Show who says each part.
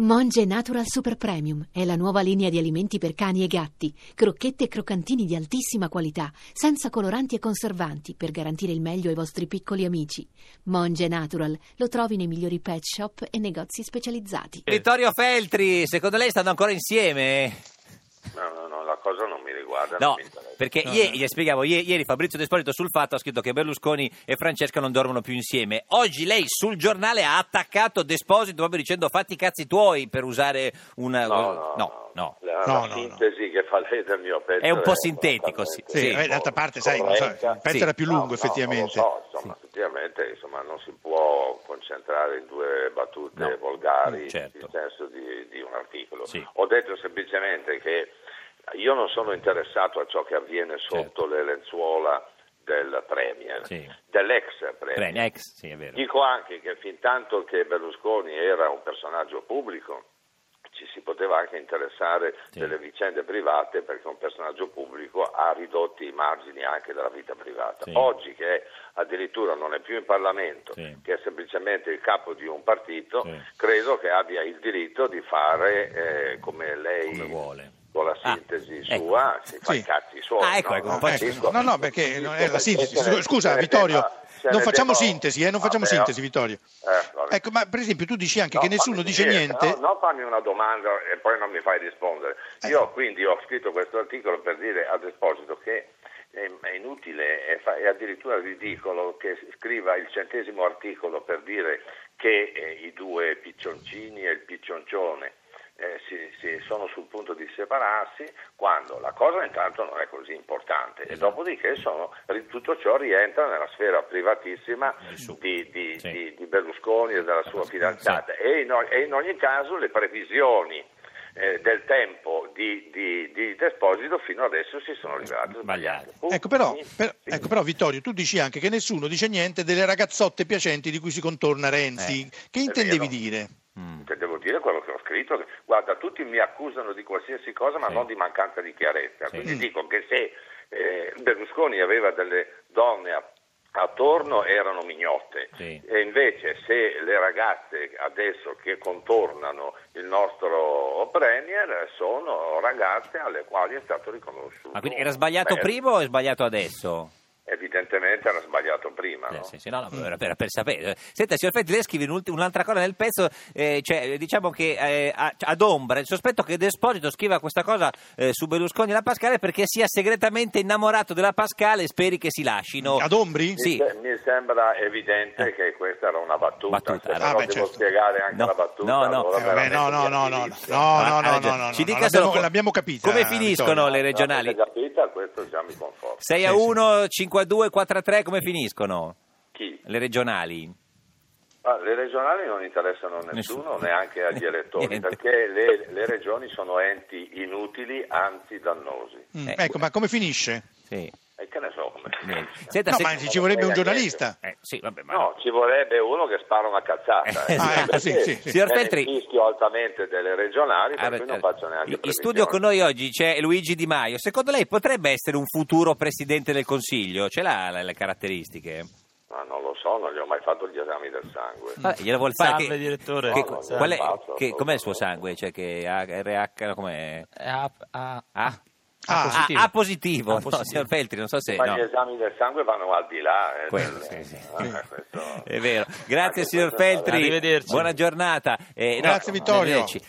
Speaker 1: Monge Natural Super Premium è la nuova linea di alimenti per cani e gatti, crocchette e croccantini di altissima qualità, senza coloranti e conservanti, per garantire il meglio ai vostri piccoli amici. Monge Natural lo trovi nei migliori pet shop e negozi specializzati.
Speaker 2: Vittorio Feltri, secondo lei stanno ancora insieme?
Speaker 3: No, no, no, la cosa non mi riguarda.
Speaker 2: No,
Speaker 3: non mi interessa.
Speaker 2: perché
Speaker 4: No,
Speaker 2: ieri,
Speaker 4: no.
Speaker 2: gli spiegavo, ie- ieri Fabrizio De Spolito sul fatto ha scritto che Berlusconi e Francesca non dormono più insieme. Oggi lei sul giornale ha attaccato Desposito proprio dicendo fatti i cazzi tuoi per usare una...
Speaker 3: No, no,
Speaker 2: no. no.
Speaker 3: La,
Speaker 4: No, no,
Speaker 3: la sintesi che fa lei del mio pezzo
Speaker 2: È un po' sintetico, sì.
Speaker 4: Sì,
Speaker 3: completamente
Speaker 4: eh, d'altra parte, sai, non so,
Speaker 3: corretta.
Speaker 4: il pezzo
Speaker 2: Sì.
Speaker 4: era più
Speaker 3: No,
Speaker 4: lungo,
Speaker 3: no,
Speaker 4: effettivamente.
Speaker 3: non lo so, insomma, effettivamente insomma, non si può concentrare in due battute
Speaker 2: No,
Speaker 3: volgari
Speaker 2: mm, certo.
Speaker 3: il senso di, di un articolo.
Speaker 2: Sì.
Speaker 3: Ho detto semplicemente che io non sono interessato a ciò che avviene sotto le lenzuola del Premier,
Speaker 2: Certo. Sì.
Speaker 3: dell'ex Premier.
Speaker 2: Pre- ex, sì, è vero.
Speaker 3: Dico anche che fin tanto che Berlusconi era un personaggio pubblico, ci si poteva anche interessare
Speaker 2: Sì.
Speaker 3: delle vicende private perché un personaggio pubblico ha ridotti i margini anche della vita privata.
Speaker 2: Sì.
Speaker 3: Oggi che è- addirittura non è più in Parlamento,
Speaker 2: Sì.
Speaker 3: che è semplicemente il capo di un partito,
Speaker 2: Sì.
Speaker 3: credo che abbia il diritto di fare eh, come lei
Speaker 2: Come vuole.
Speaker 3: con la
Speaker 2: Ah,
Speaker 3: sintesi
Speaker 2: ecco.
Speaker 3: sua, si fa
Speaker 4: Sì.
Speaker 3: i cazzi suoi.
Speaker 2: Ah, ecco,
Speaker 3: no?
Speaker 2: ecco,
Speaker 3: Non
Speaker 2: un po' ci-
Speaker 3: capisco.
Speaker 4: no, no, perché non è la sintesi.
Speaker 3: Se ne-
Speaker 4: Scusa,
Speaker 3: se ne
Speaker 4: Vittorio,
Speaker 3: debba- se
Speaker 4: non
Speaker 3: ne
Speaker 4: facciamo
Speaker 3: debba-
Speaker 4: sintesi, eh, non facciamo
Speaker 3: Vabbè,
Speaker 4: sintesi, Vittorio.
Speaker 3: eh, vabbè.
Speaker 4: Ecco, ma per esempio tu dici anche
Speaker 3: No,
Speaker 4: che nessuno
Speaker 3: fammi
Speaker 4: dice
Speaker 3: dire,
Speaker 4: niente. Eh.
Speaker 3: No, no, fammi una domanda e poi non mi fai rispondere. Io quindi ho scritto questo articolo per dire ad esposito che ehm, è inutile è fa- è addirittura ridicolo che si scriva il centesimo articolo per dire che eh, i due piccioncini e il piccioncione eh, si, si sono sul punto di separarsi quando la cosa intanto non è così importante
Speaker 4: Mm.
Speaker 3: e dopodiché sono- ri- tutto ciò rientra nella sfera privatissima
Speaker 2: Del suo-
Speaker 3: di, di-
Speaker 2: sì.
Speaker 3: di- di Berlusconi e della sua
Speaker 2: Sì.
Speaker 3: fidanzata e in, o- e in ogni caso le previsioni eh, del tempo di, di- di Desposito fino adesso si sono rivelate sbagliate. Punto.
Speaker 4: Ecco però,
Speaker 3: Sì.
Speaker 4: per-
Speaker 3: Sì.
Speaker 4: ecco però, Vittorio, tu dici anche che nessuno dice niente delle ragazzotte piacenti di cui si contorna
Speaker 2: Eh.
Speaker 4: Renzi. che intendevi
Speaker 3: vero.
Speaker 4: dire?
Speaker 2: Mm.
Speaker 3: Che Devo dire quello che ho scritto, che- guarda, tutti mi accusano di qualsiasi cosa, ma
Speaker 2: Sì.
Speaker 3: non di mancanza di chiarezza.
Speaker 2: Sì.
Speaker 3: Quindi dico che se eh, Berlusconi aveva delle donne a- attorno erano mignotte,
Speaker 2: Sì.
Speaker 3: e invece se le ragazze adesso che contornano il nostro Premier sono ragazze alle quali è stato riconosciuto.
Speaker 2: Ma Ah, quindi era sbagliato
Speaker 3: Beh,
Speaker 2: prima o è sbagliato adesso?
Speaker 3: Evidentemente era sbagliato prima.
Speaker 2: Eh,
Speaker 3: no?
Speaker 2: sì, sì, no,
Speaker 4: Mm.
Speaker 2: no, era per, era per sapere. Senta, signor Fetti, lei scrive un'ult- un'altra cosa nel pezzo, eh, cioè, eh, diciamo che eh, a- ad ombra il sospetto che Desposito scriva questa cosa eh, su Berlusconi e la Pascale perché sia segretamente innamorato della Pascale e speri che si lasciino.
Speaker 4: Ad ombri?
Speaker 2: Oh. Sì.
Speaker 3: Mi se- Mi sembra evidente
Speaker 2: Eh.
Speaker 3: che questa era una battuta,
Speaker 2: Battuta,
Speaker 3: se
Speaker 4: ah,
Speaker 3: no
Speaker 4: beh,
Speaker 3: devo
Speaker 4: certo.
Speaker 3: spiegare anche
Speaker 2: No,
Speaker 3: la battuta.
Speaker 2: no, no.
Speaker 3: allora
Speaker 4: Eh, vabbè, no, no,
Speaker 3: veramente
Speaker 4: no,
Speaker 3: mi
Speaker 4: no, no,
Speaker 3: avvicino.
Speaker 4: no,
Speaker 2: Ah,
Speaker 4: no,
Speaker 2: ha
Speaker 4: no,
Speaker 2: ragione.
Speaker 4: no, no,
Speaker 2: Ci dica
Speaker 4: no,
Speaker 2: solo
Speaker 4: l'abbiamo,
Speaker 2: co-
Speaker 4: l'abbiamo capita. eh,
Speaker 2: come
Speaker 4: Vittorio.
Speaker 2: finiscono le regionali?
Speaker 3: L'avete capita, questo già mi conforta.
Speaker 2: 6 a
Speaker 4: Sì, sì.
Speaker 2: 1, 5 a 2, 4 a 3, come finiscono
Speaker 3: Chi?
Speaker 2: le regionali?
Speaker 3: Ah, le regionali non interessano a nessuno,
Speaker 2: Nessuno.
Speaker 3: neanche agli elettori,
Speaker 2: Niente.
Speaker 3: perché le, le regioni sono enti inutili, anzi dannosi.
Speaker 4: Mm,
Speaker 2: Eh,
Speaker 4: ecco, ma come finisce?
Speaker 2: Sì.
Speaker 3: E che ne so come.
Speaker 2: Niente. Senta,
Speaker 4: No,
Speaker 2: se-
Speaker 4: ma ci vorrebbe un giornalista.
Speaker 2: eh, sì, vabbè, ma
Speaker 3: No, ci vorrebbe uno che spara una cazzata. eh,
Speaker 2: Ah,
Speaker 4: ecco, sì,
Speaker 3: perché
Speaker 4: sì, sì.
Speaker 2: Signor
Speaker 3: me ne
Speaker 2: Feltri-
Speaker 3: infischio altamente delle regionali,
Speaker 2: Ah,
Speaker 3: per cui
Speaker 2: beh,
Speaker 3: non faccio neanche
Speaker 2: in- In
Speaker 3: previsioni.
Speaker 2: studio con noi oggi c'è Luigi Di Maio. Secondo lei potrebbe essere un futuro presidente del Consiglio? Ce l'ha le, le caratteristiche?
Speaker 3: Ma non lo so, non gli ho mai fatto gli esami del sangue.
Speaker 2: Vabbè, glielo vuol fare.
Speaker 5: Salve,
Speaker 2: che-
Speaker 5: direttore.
Speaker 2: che-
Speaker 3: No, no,
Speaker 2: qual è-
Speaker 3: salve.
Speaker 2: che- com'è il suo sangue? Cioè che ha RH, no, com'è?
Speaker 5: Eh, A, A-
Speaker 2: A?
Speaker 4: Ah,
Speaker 2: Ah,
Speaker 5: positivo.
Speaker 2: A positivo,
Speaker 5: A
Speaker 2: no,
Speaker 5: positivo.
Speaker 2: signor Feltri, non so se...
Speaker 3: Ma
Speaker 2: no.
Speaker 3: gli esami del sangue vanno al di là. eh,
Speaker 2: Quello, sì,
Speaker 3: del-
Speaker 2: sì.
Speaker 3: eh, questo-
Speaker 2: È vero.
Speaker 3: Anche
Speaker 2: Grazie signor
Speaker 3: questo è
Speaker 2: Feltri.
Speaker 5: Arrivederci.
Speaker 2: Buona giornata. Eh,
Speaker 4: Grazie, Vittorio.
Speaker 2: arrivederci.